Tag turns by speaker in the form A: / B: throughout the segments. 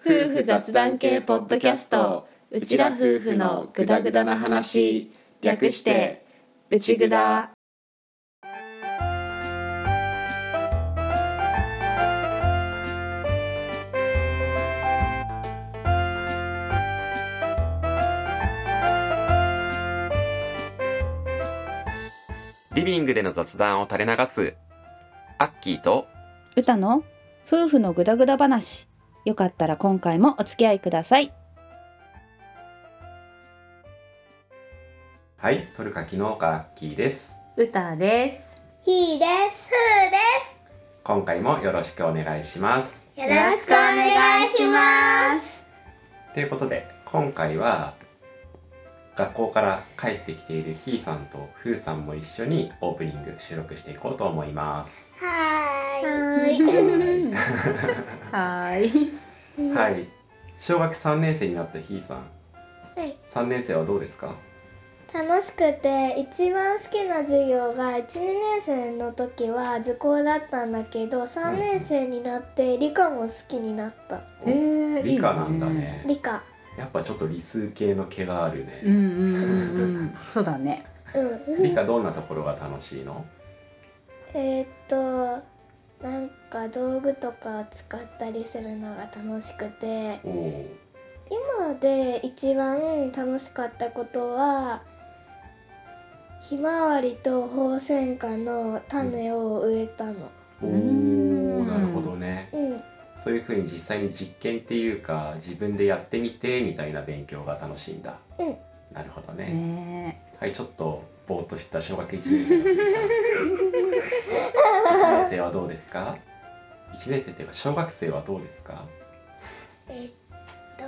A: 夫婦雑談系ポッドキャストうちら夫婦のグダグダな話略してうちぐだ
B: リビングでの雑談を垂れ流すアッキーと
C: 歌の夫婦のグダグダ話よかったら今回もお付き合いください
B: はいトルカキ農家アッキーです
A: 歌です
D: ひーです。ふーで
B: 今回もよろしくお願いします
D: す。よろしくお願いします。
B: ということで今回は学校から帰ってきているひーさんとふーさんも一緒にオープニング収録していこうと思います
D: は
A: ーいうん
B: は
A: はーい
B: いはい小学3年生になったひーさん
D: はい
B: 3年生はどうですか
D: 楽しくて一番好きな授業が1、2年生の時は図工だったんだけど3年生になって理科も好きになった
A: えー、
B: 理科なんだね
D: 理科
B: やっぱちょっと理数系の毛があるね、
A: いいねうんうんうんうんそうだね
D: うん
B: 理科どんなところが楽しいの
D: えーっとなんか道具とかを使ったりするのが楽しくて
B: おお
D: 今で一番楽しかったことはひまわりとホウセンカの種を植えたの。
B: おお
A: うん
B: なるほどね
D: うん、
B: そういうふうに実際に実験っていうか自分でやってみてみたいな勉強が楽しいんだ、
D: うん
B: なるほどね
A: ね
B: はいちょっとぼーっとした小学1年生の時さん一年生はどうですか1年生っていうか小学生はどうですか
D: えっと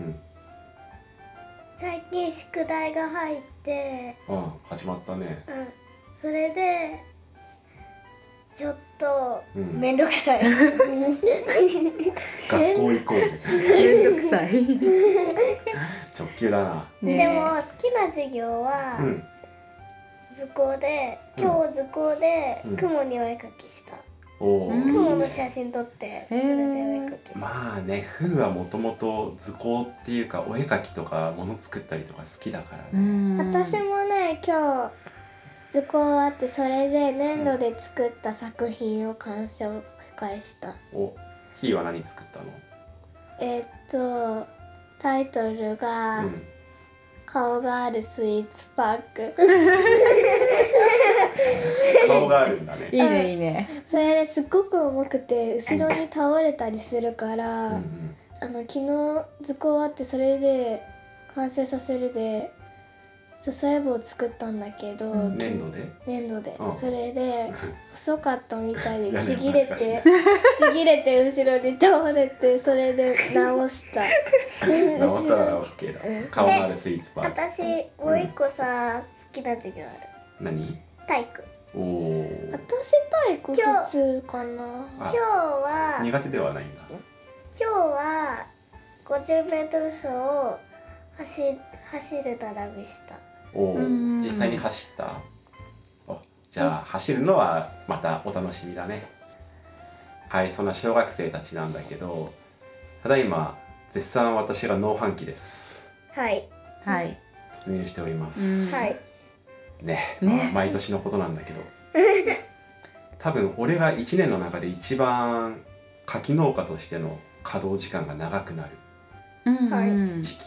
B: うん
D: 最近宿題が入って、
B: うん始まったね
D: うん、それでちょっと
B: うん
D: んどくさい。
B: 学 校行こうね
A: めんどくさい
B: 直球だな
A: ね
D: でも好きな授業は
B: うん
D: 図工で、
B: うん
D: 今日図工で
B: うん
D: 雲にお絵かきした。
B: おお、
A: うん
D: 雲の写真撮ってそれでお絵かきした。
B: まあね風はもともと図工っていうかお絵描きとか物作ったりとか好きだからね、
A: うん
D: 私もね今日図工あってそれで粘土で作った作品を鑑賞会した
B: おひーは何作ったの、
D: えーっとタイトルが
B: うん、
D: 「顔があるスイーツパーク」
B: 顔があるんだ
A: い
B: ね、
A: いねいいね
D: それですっごく重くて後ろに倒れたりするから、
B: うんうん、
D: あの昨日図工あってそれで完成させるで支え棒を作ったんだけど、
A: うん
B: 粘土で
D: 粘土で、
B: うん
D: そ れで細かったみたい
B: いや
D: で
B: ね
D: ちぎれ
B: 確
D: て
B: か
D: ちぎれて後ろに倒れてそれで直した
B: 直った
D: 後
B: ら
D: ろ
B: OK だ顔があるスイーツパーク
D: 私
B: もう一
D: 個さ、好きな授業ある
B: 何
D: 体育
B: おお
D: 私体育普通かな
B: 今日
D: は
B: 苦手ではないんだ
D: 今日は50メートル走を走走る並びした
B: おお
A: うん
B: 実際に走ったおじゃあ
D: 実
B: 走るのはまたお楽しみだねはいそんな小学生たちなんだけどただいま絶賛私が農繁期です
D: はい
A: はい
B: 突入しておりま
A: うん
B: す、
D: はい
B: ね
A: ね
B: 毎年のことなんだ けど多分俺が1年の中で一番柿農家としての稼働時間が長くなる
A: うんうん
D: はい
B: 時期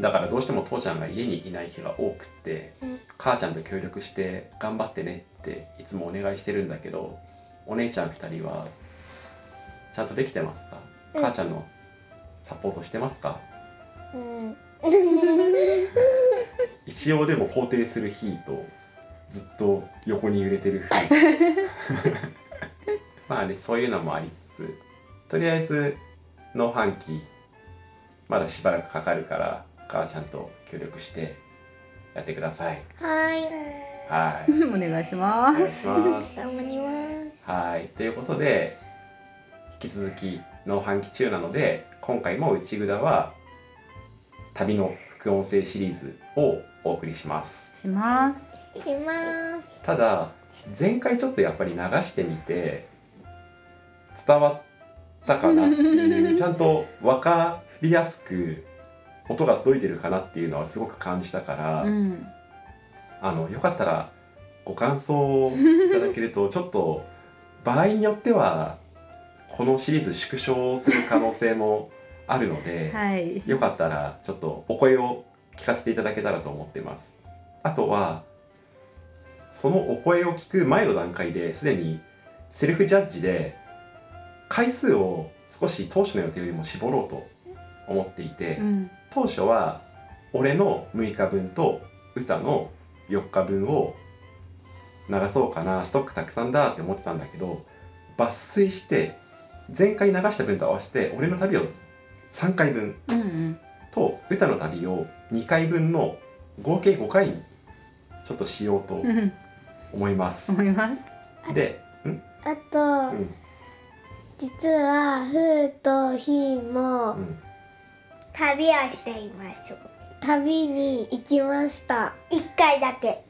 B: だからどうしても父ちゃんが家にいない日が多くって、
D: うん
B: 母ちゃんと協力して頑張ってねっていつもお願いしてるんだけどお姉ちゃん2人はちゃんとできてますか、
D: うん
B: 母ちゃんのサポートしてますか
D: うん
B: 一応でも肯定する日とずっと横に揺れて る日まあねそういうのもありつつとりあえず農繁期まだしばらくかかるから母ちゃんと協力してやってください
D: はい
B: はい
A: うんお願いしま
B: お願い
A: す
B: します
D: 頑張ります
B: はいということで引き続き農繁期中なので今回も内札は旅の副音声シリーズをお送りします
C: します
D: します
B: ただ前回ちょっとやっぱり流してみて伝わっったかなっていうちゃんと分かりやすく音が届いてるかなっていうのはすごく感じたから、
A: うん
B: あのよかったらご感想をいただけるとちょっと場合によってはこのシリーズ縮小する可能性もあるので、
A: はい
B: よかったらちょっとお声を聞かせていただけたらと思ってますあとはそのお声を聞く前の段階ですでにセルフジャッジで回数を少し当初の予定よりも絞ろうと思っていて、
A: うん
B: 当初は俺の6日分と歌の4日分を流そうかなストックたくさんだって思ってたんだけど抜粋して前回流した分と合わせて俺の旅を3回分
A: うんうん
B: と歌の旅を2回分の合計5回にちょっとしようと
A: うん
B: 思います。
A: 思います
B: で、ん
D: あと、
B: うん
D: 実はふーとひーも、
B: うん、
E: 旅をしていましょう
D: 旅に行きました
E: 一回だけ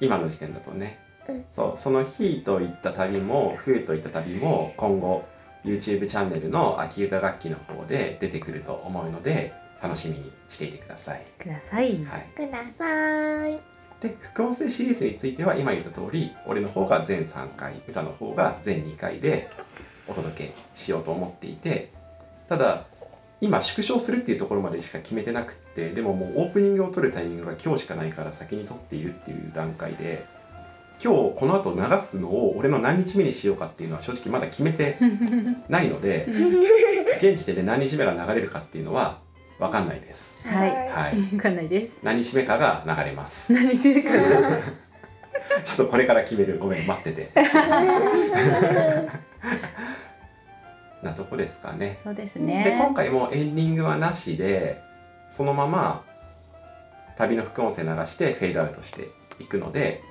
B: 今の時点だとね、
D: うん
B: そうその「ひ」といった旅も「ふ」といった旅も今後 YouTube チャンネルの秋歌楽器の方で出てくると思うので楽しみにしていてください。
A: ください
B: はい、
D: ください
B: で副音声シリーズについては今言った通り俺の方が全3回歌の方が全2回でお届けしようと思っていてただ今縮小するっていうところまでしか決めてなくってでももうオープニングを撮るタイミングが今日しかないから先に撮っているっていう段階で今日この後流すのを俺の何日目にしようかっていうのは正直まだ決めてないので現時点で何日目が流れるかっていうのは分かんないです。
A: はい
B: はい、
A: わかんないです
B: 何日目かが流れます。
A: 何してるかな
B: ちょっとこれから決めるごめん待っててなとこですかね
A: そうです
B: で今
A: ね
B: 回もエンディングはなしでそのまま旅の副音声流してフェードアウトしていくので、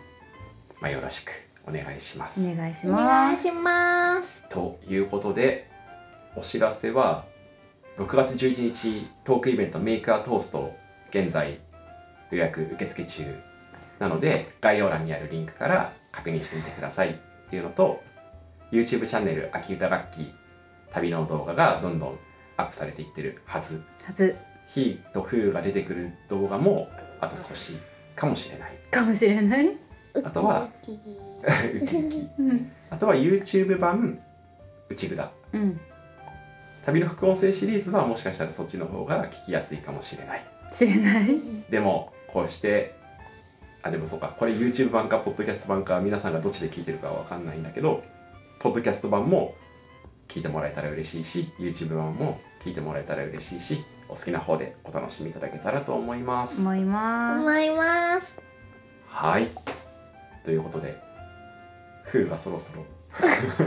B: まあ、よろしくお願いします、
A: お願いし
D: お願
A: ま
D: い
A: す
D: します
B: ということでお知らせは6月11日トークイベント「メイクアトースト」現在予約受付中なので概要欄にあるリンクから確認してみてくださいっていうのと YouTube チャンネル「秋歌楽器」旅の動画がどんどんアップされていってるはず
A: 初
B: 「ひ」と「ふ」が出てくる動画もあと少しかもしれない
A: かもしれない
B: あとは
D: ウキウキ
B: ウキウキ
A: うん
B: あとは YouTube 版「内札」
A: うん
B: 旅の副音声シリーズはもしかしたらそっちの方が聞きやすいかもしれない
A: 知れない
B: でもこうしてあでもそうかこれ YouTube 版かポッドキャスト版か皆さんがどっちで聞いてるかは分かんないんだけどポッドキャスト版も聞いてもらえたら嬉しいし YouTube 版も聞いてもらえたら嬉しいしお好きな方でお楽しみいただけたらと思います。
A: 思います
D: 思います
B: はいということで風がそろそろ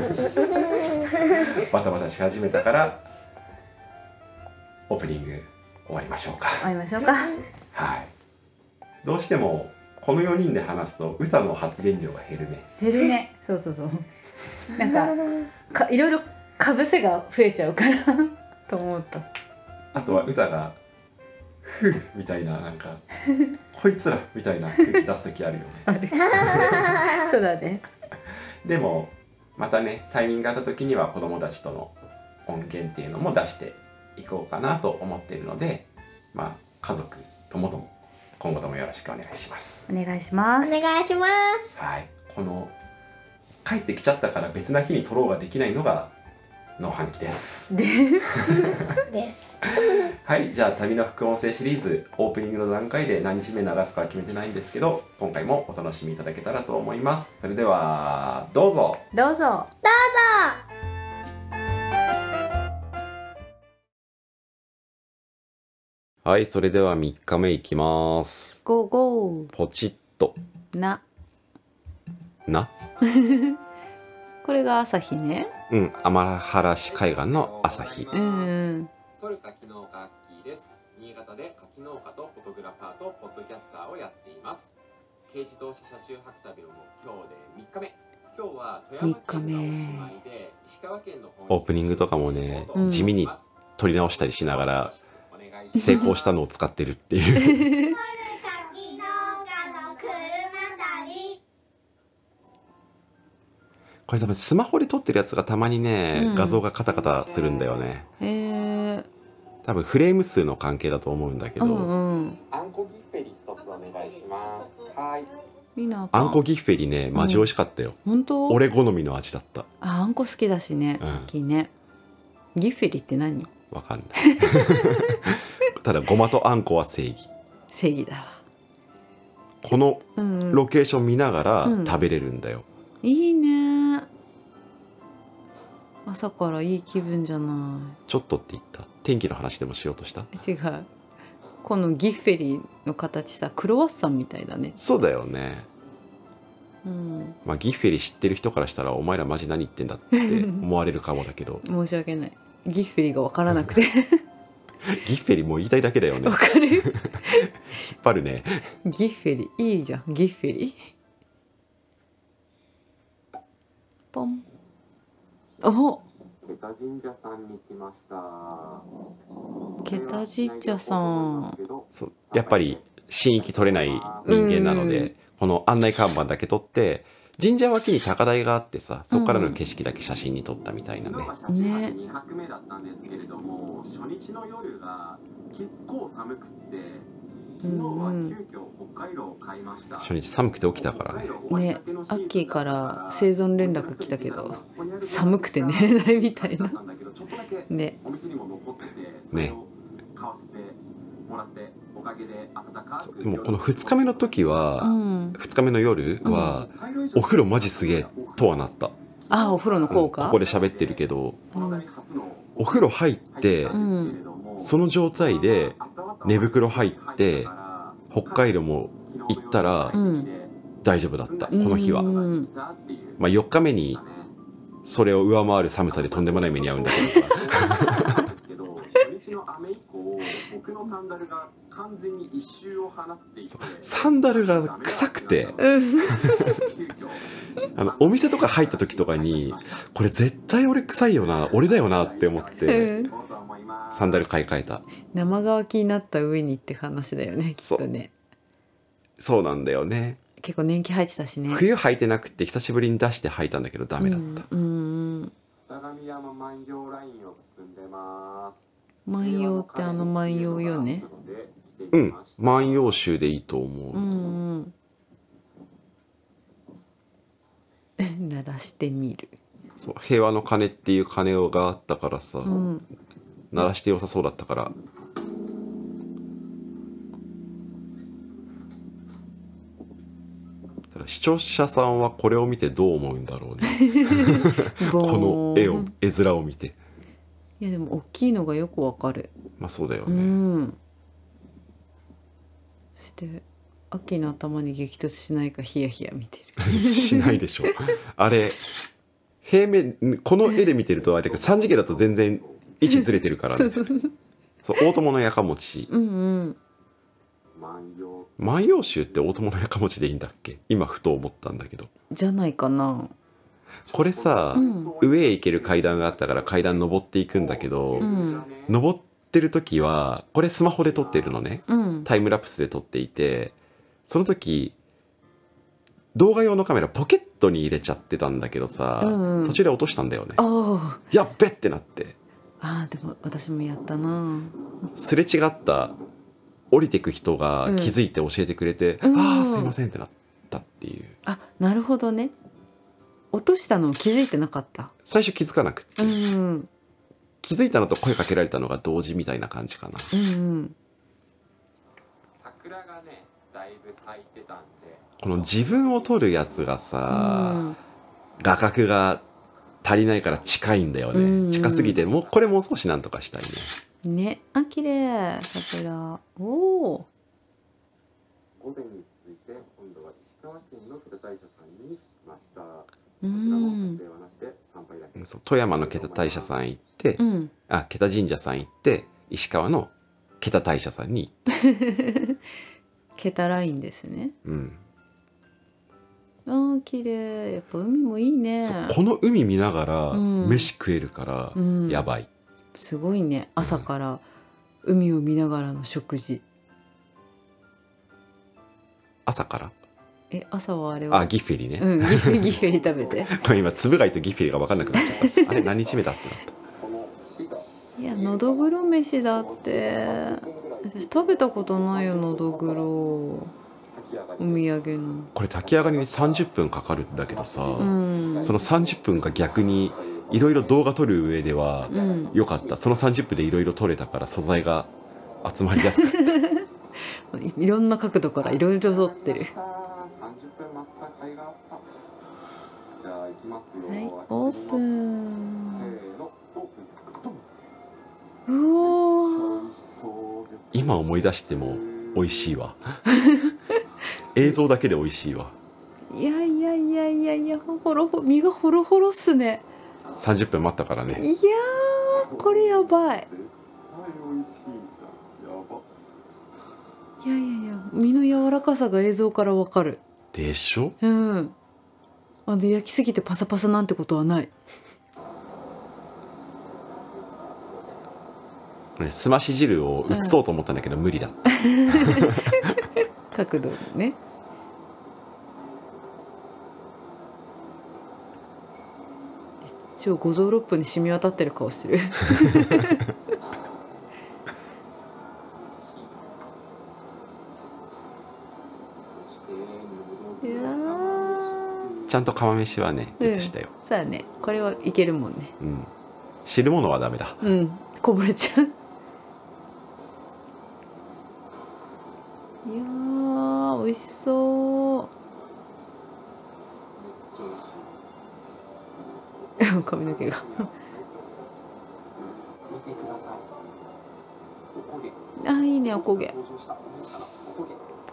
B: バタバタし始めたからオープニング終わりましょうか。
A: 会いましょうか
B: はい。どうしてもこの4人で話すと歌の発言量が減るね。
A: 減るねそうそうそうなんかかいろいろかぶせが増えちゃうからと思うと
B: あとは歌が「ふう」みたいななん か「こいつら」みたいな空気出す時あるよね。
A: そうだね
B: でもまたねタイミングがあった時には子どもたちとの音源っていうのも出していこうかなと思っているのでまあ家族ともとも今後ともよろしくお願いします。
A: お願いしま
D: お
A: す
D: 願いします
B: はい、この帰ってきちゃったから別な日に撮ろうができないのがの半期です。
A: で
D: です
B: はい、じゃあ旅の副音声シリーズオープニングの段階で何日目流すかは決めてないんですけど今回もお楽しみいただけたらと思いますそれではどうぞ
A: どうぞ
B: はいそれでは3日目いきます
A: ゴーゴ
B: ポチッと
A: ーな
B: な
A: これが朝日ね
B: うん天原市海岸の朝日
A: うん
F: トル柿農家アッキーです新潟で柿農家とフォトグラファーとポッドキャスターをやっています軽自動車車中泊旅をもう今日で3日目今日は富山県がおしまいで石川県の方に
B: オープニングとかもね
A: うん地
B: 味に撮り直したりしながら
F: お願いします
B: 成功したのを使ってるっていう
E: 柿農家の車旅
B: ここれ多分スマホで撮ってるやつがたまにね、
C: うん
B: 画像がカタカタするんだよね
C: へえ
B: 多分フレーム数の関係だと思うんだ
C: う
B: けど、
C: んうん
F: あんこギッフェリ一つお願いします。はい。
C: みなぱ
B: あんこギッフェリねマジ美味しかったよ、
C: 本当
B: 俺好みの味だった
C: ああんこ好きだしね、
B: うん
C: 大きいねギッフェリって何
B: わかん ないただごまとあんこは正義
C: 正義だわ
B: この
C: うんうん、
B: ロケーション見ながら
C: うん
B: 食べれるんだよ、
C: いいね朝からいい気分じゃな
B: ちょっとって言った天気の話でもしようとした
C: い違うこのギッフェリの形さクロワッサンみたいだね
B: そうだよね
C: うん
B: まあギッフェリ知ってる人からしたらお前らマジ何言ってんだって思われるかもだけど
C: 申し訳ないギッフェリが分からなく て
B: ギッフェリもう言いたいだけだよね
C: わか る
B: 引っ張るね
C: ギッフェリいいじゃんギッフェリポンお
F: ケタ神社さんに来ました。
C: ケタ神社さん。
B: そうやっぱり神域取れない人間なので、
C: うん
B: この案内看板だけ撮って神社脇に高台があってさそこからの景色だけ写真に撮ったみたいなね、
C: ね
F: 2泊目だったんですけれども、初日の夜が結構寒くって、昨日は急遽北海道を買いました。
B: 初日寒くて起きたからね
C: ねアッキーから生存連絡来たけど寒くて寝れないみたいなね
F: お店にも残っててそれを買わせてもらっておかげで暖か
B: そう
F: く
B: でもこの2日目の時
C: う
B: は、
C: ん
B: 二2日目の夜は、お風呂マジすげえとはなった、
C: あお風呂の
B: うん
C: 効
B: こ
C: 果
B: こで喋ってるけど
C: うん
B: お風呂入って、
C: うん
B: その状態で寝袋入って北海
F: 道
B: 道も行ったら
C: うん
B: 大丈夫だったこの日は、
C: うん
B: まあ、4日目にそれを上回る寒さでとんでもない目に遭うんだけどさ
F: 初日の雨以降僕のサンダルが完全に一周を放っていて
B: サンダルが臭くて あのお店とか入った時とかにこれ絶対俺臭いよな俺だよなって思って
C: うん
B: サンダル買い替えた
C: 生乾きになった上にって話だよねきっとね
B: そうなんだよね
C: 結構年季入ってたしね
B: 冬履いてなくて久しぶりに出して履いたんだけどダメだった、
C: うんうんうん
F: 北上山万葉ラインを進んでます
C: 万葉ってあの万葉よね
B: うん万葉集でいいと思う、
C: うんうん鳴らしてみる、
B: そう平和の鐘っていう鐘があったからさ、
C: うん、
B: 鳴らして良さそうだったからただ視聴者さんはこれを見てどう思うんだ ろうねこの絵
C: ボー
B: を
C: ン
B: 絵面を見て
C: いやでも大きいのがよくわかる
B: まあそうだよ
C: う
B: ね、
C: んそして秋の頭に激突しないかヒヤヒヤ見てる
B: しないでしょあれ平面この絵で見てるとあれだけど3次元だと全然位置ずれてるからねそう大友のやかもち
C: うんうん
F: 万葉
B: 万葉集って大友のやかもちでいいんだっけ今ふと思ったんだけど
C: じゃないかな
B: これさ、
C: うん
B: 上へ行ける階段があったから階段登っていくんだけど、
C: うん
B: 登ってる時はこれスマホで撮ってるのね
C: うん
B: タイムラプスで撮っていてその時動画用のカメラポケットに入れちゃってたんだけどさ、
C: うんうん
B: 途中で落としたんだよね
C: あ
B: やっべってなって
C: あーでも私もやったな
B: すれ違った降りてく人が気づいて教えてくれて「
C: うん
B: ああ
C: うん
B: すいません」ってなったっていう
C: あなるほどね落としたのを気づいてなかった
B: 最初気づかなくて、
C: うんうん
B: 気づいたのと声かけられたのが同時みたいな感じかな
C: うんうん
F: 桜がねだいぶ咲いてたんで
B: この自分を撮るやつがさ、
C: うん
B: 画角が足りないから近いんだよね、
C: うんうん
B: 近すぎてもうこれもう少しなんとかしたいね
C: ねあ綺麗桜おお
F: 午前に続いて今度は石川県の北大社さんに来ましたこ
C: う
F: ちらも撮
C: ん
F: 影はなしで参拝だけ
B: うんそう富山の桁大社さん行って、
C: うん
B: あ桁神社さん行って石川の桁大社さんに行った
C: 桁ラインですね
B: うん、
C: あー綺麗やっぱ海もいいね
B: そうこの海見ながら
C: うん
B: 飯食えるから
C: うん
B: やばい、
C: すごいね朝から海を見ながらの食事
B: 朝から
C: え朝はあれは
B: あギフェリね、
C: うんギフギフェリ食べて
B: これ 今つぶ貝とギフェリが分かんなくなっちゃったあれ何日目だってなった
C: いやのどぐろ飯だって私食べたことないよのどぐろお土産の
B: これ炊き上がりに30分かかるんだけどさ、
C: うん
B: その30分が逆にいろいろ動画撮る上では
C: うん
B: 良かったその30分でいろいろ撮れたから素材が集まりやすく
C: いいろんな角度からいろいろ撮ってるはいオープンうおー
B: 今思い出しても美味し いわ映像だけで美味しいわ
C: いやいやいやいやいやほろほ身がほろほろっすね
B: 30分待ったから
C: い
B: ね
C: やーこれやばいいやいやいや身の柔らかさが映像からわかる
B: でしょ
C: うんあの焼きすぎてパサパサなんてことはない
B: 俺すまし汁を移そうと思ったんだけど無理だった、
C: 角度ね超五臓六腑に染み渡ってる顔 してるいやー
B: ちゃんと釜飯はね
C: うん
B: 移したよ、
C: そうだねこれはいけるもんね
B: うん汁物はダメだ
C: うんこぼれちゃういやー美味しそう髪の毛があいいねおこげ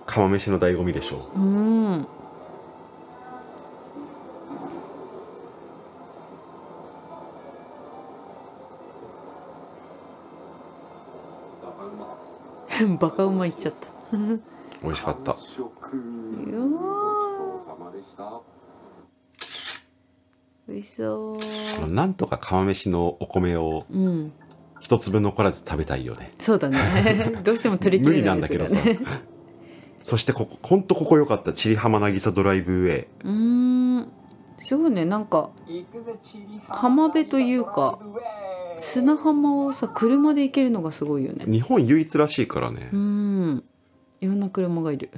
B: 釜飯の醍醐味でしょ
C: うんバカうまいっちゃった
B: 美味しかった
C: いやー美味しそう
B: このなんとか釜飯のお米を
C: うん
B: 一粒残らず食べたいよね
C: そうだ ねどうしても取り
B: 無
C: 切れ
B: 理
C: な
B: ないん
C: や
B: だ
C: つ
B: けど
C: が
B: さ
C: ね
B: そしてここほんとここ良かった千里浜渚ドライブウェイ
C: うーんすごいねなんか浜辺というか砂浜をさ車で行けるのがすごいよね
B: 日本唯一らしいからね
C: うー、んいろんな車がいる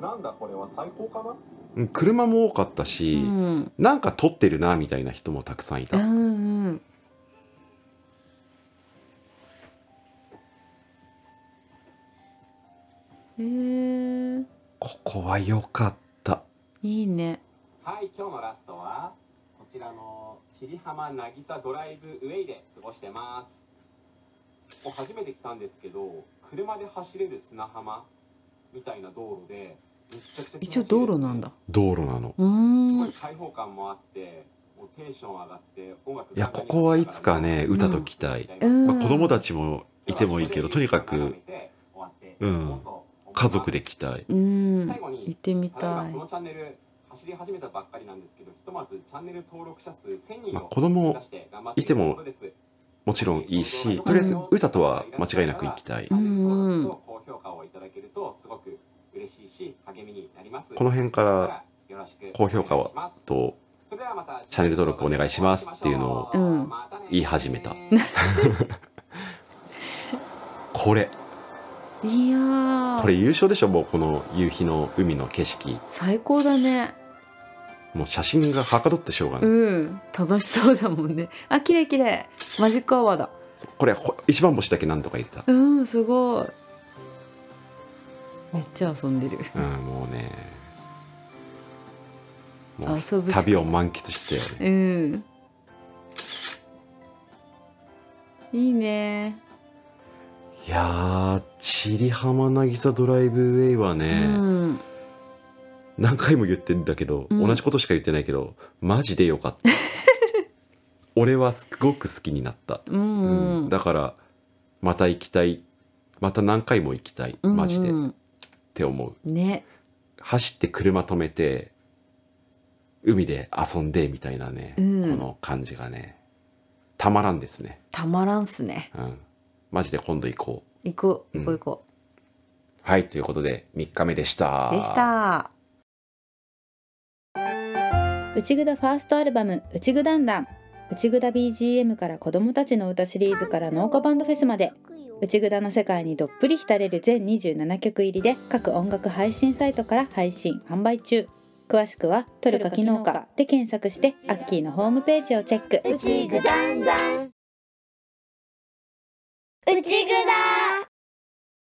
F: なんだこれは最高かな
B: うん車も多かった
C: う
B: し、
C: ん
B: なんか撮ってるなみたいな人もたくさんい
C: うんう
B: た
C: んへえー、
B: ここは良かった
C: いいね
F: はい今日のラストはこちらの千里浜渚ドライブウェイで過ごしてますもう初めて来たんですけど車で走れる砂浜みたいな道路でめちゃくちゃ気持ちいいです
C: 一応道路なんだ
B: 道路なの
C: うー
F: すご
C: ん
F: い開放感もあってもうテンション上がって音楽
B: いやここはいつかね歌ときたい、
C: うん
B: まあ、子供たちもいてもいいけどとにかくうん家族で来たい
C: うん
F: 最後に
C: 行ってみ
F: ただ
C: た
F: 今
C: い
F: このチャンネル走り始めたばっかりなんですけどひとまずチャンネル登録者数1000人
B: まあ
F: を
B: 子供
F: 目指して頑張っているところです
B: もちろんいいしとりあえず歌とは間違いなく行きたい
F: チャンネル登
C: うん
F: 録と高評価をいただけるとすごく嬉しいし励みになります
B: この辺から
F: よろしく
B: 高評価を
F: お願いします
B: と
F: それではまた
B: チャンネル登録お願いしますっていうのを
C: うん
F: またね
B: 言い始めたこれ
C: いやー
B: これ優勝でしょもうこの夕日の海の景色
C: 最高だね
B: もう写真がはかどってしょうがない、
C: うん楽しそうだもんねあ綺麗綺麗マジックアワーだ
B: これほ一番星だけなんとか入れた、
C: うんすごいめっちゃ遊んでる
B: うん、もうねもう
C: 遊ぶしか
B: 旅を満喫してたよね
C: うんいいね、
B: いやー千里浜渚ドライブウェイはね、
C: うん
B: 何回も言ってんだけど、
C: うん
B: 同じことしか言ってないけどマジでよかった 俺はすごく好きになった、
C: うん
B: う
C: うん
B: んだからまた行きたいまた何回も行きたい
C: うん
B: マジで、っ
C: うん
B: て思う
C: ね
B: 走って車止めて海で遊んでみたいなね、
C: うん
B: この感じがねたまらんですね、
C: たまらんっすね
B: うん、マジで今度行こう
C: 行こう
B: うん
C: 行こう行こ
B: はいということで3日目でした
C: う、でした
E: 内ぐだファーストアルバム「内ぐだんだん」内ぐだ BGM から子どもたちの歌シリーズから農家バンドフェスまで内ぐだの世界にどっぷり浸れる全27曲入りで各音楽配信サイトから配信販売中詳しくは「トルカ機能か」で検索してアッキーのホームページをチェック
G: うちぐだんだん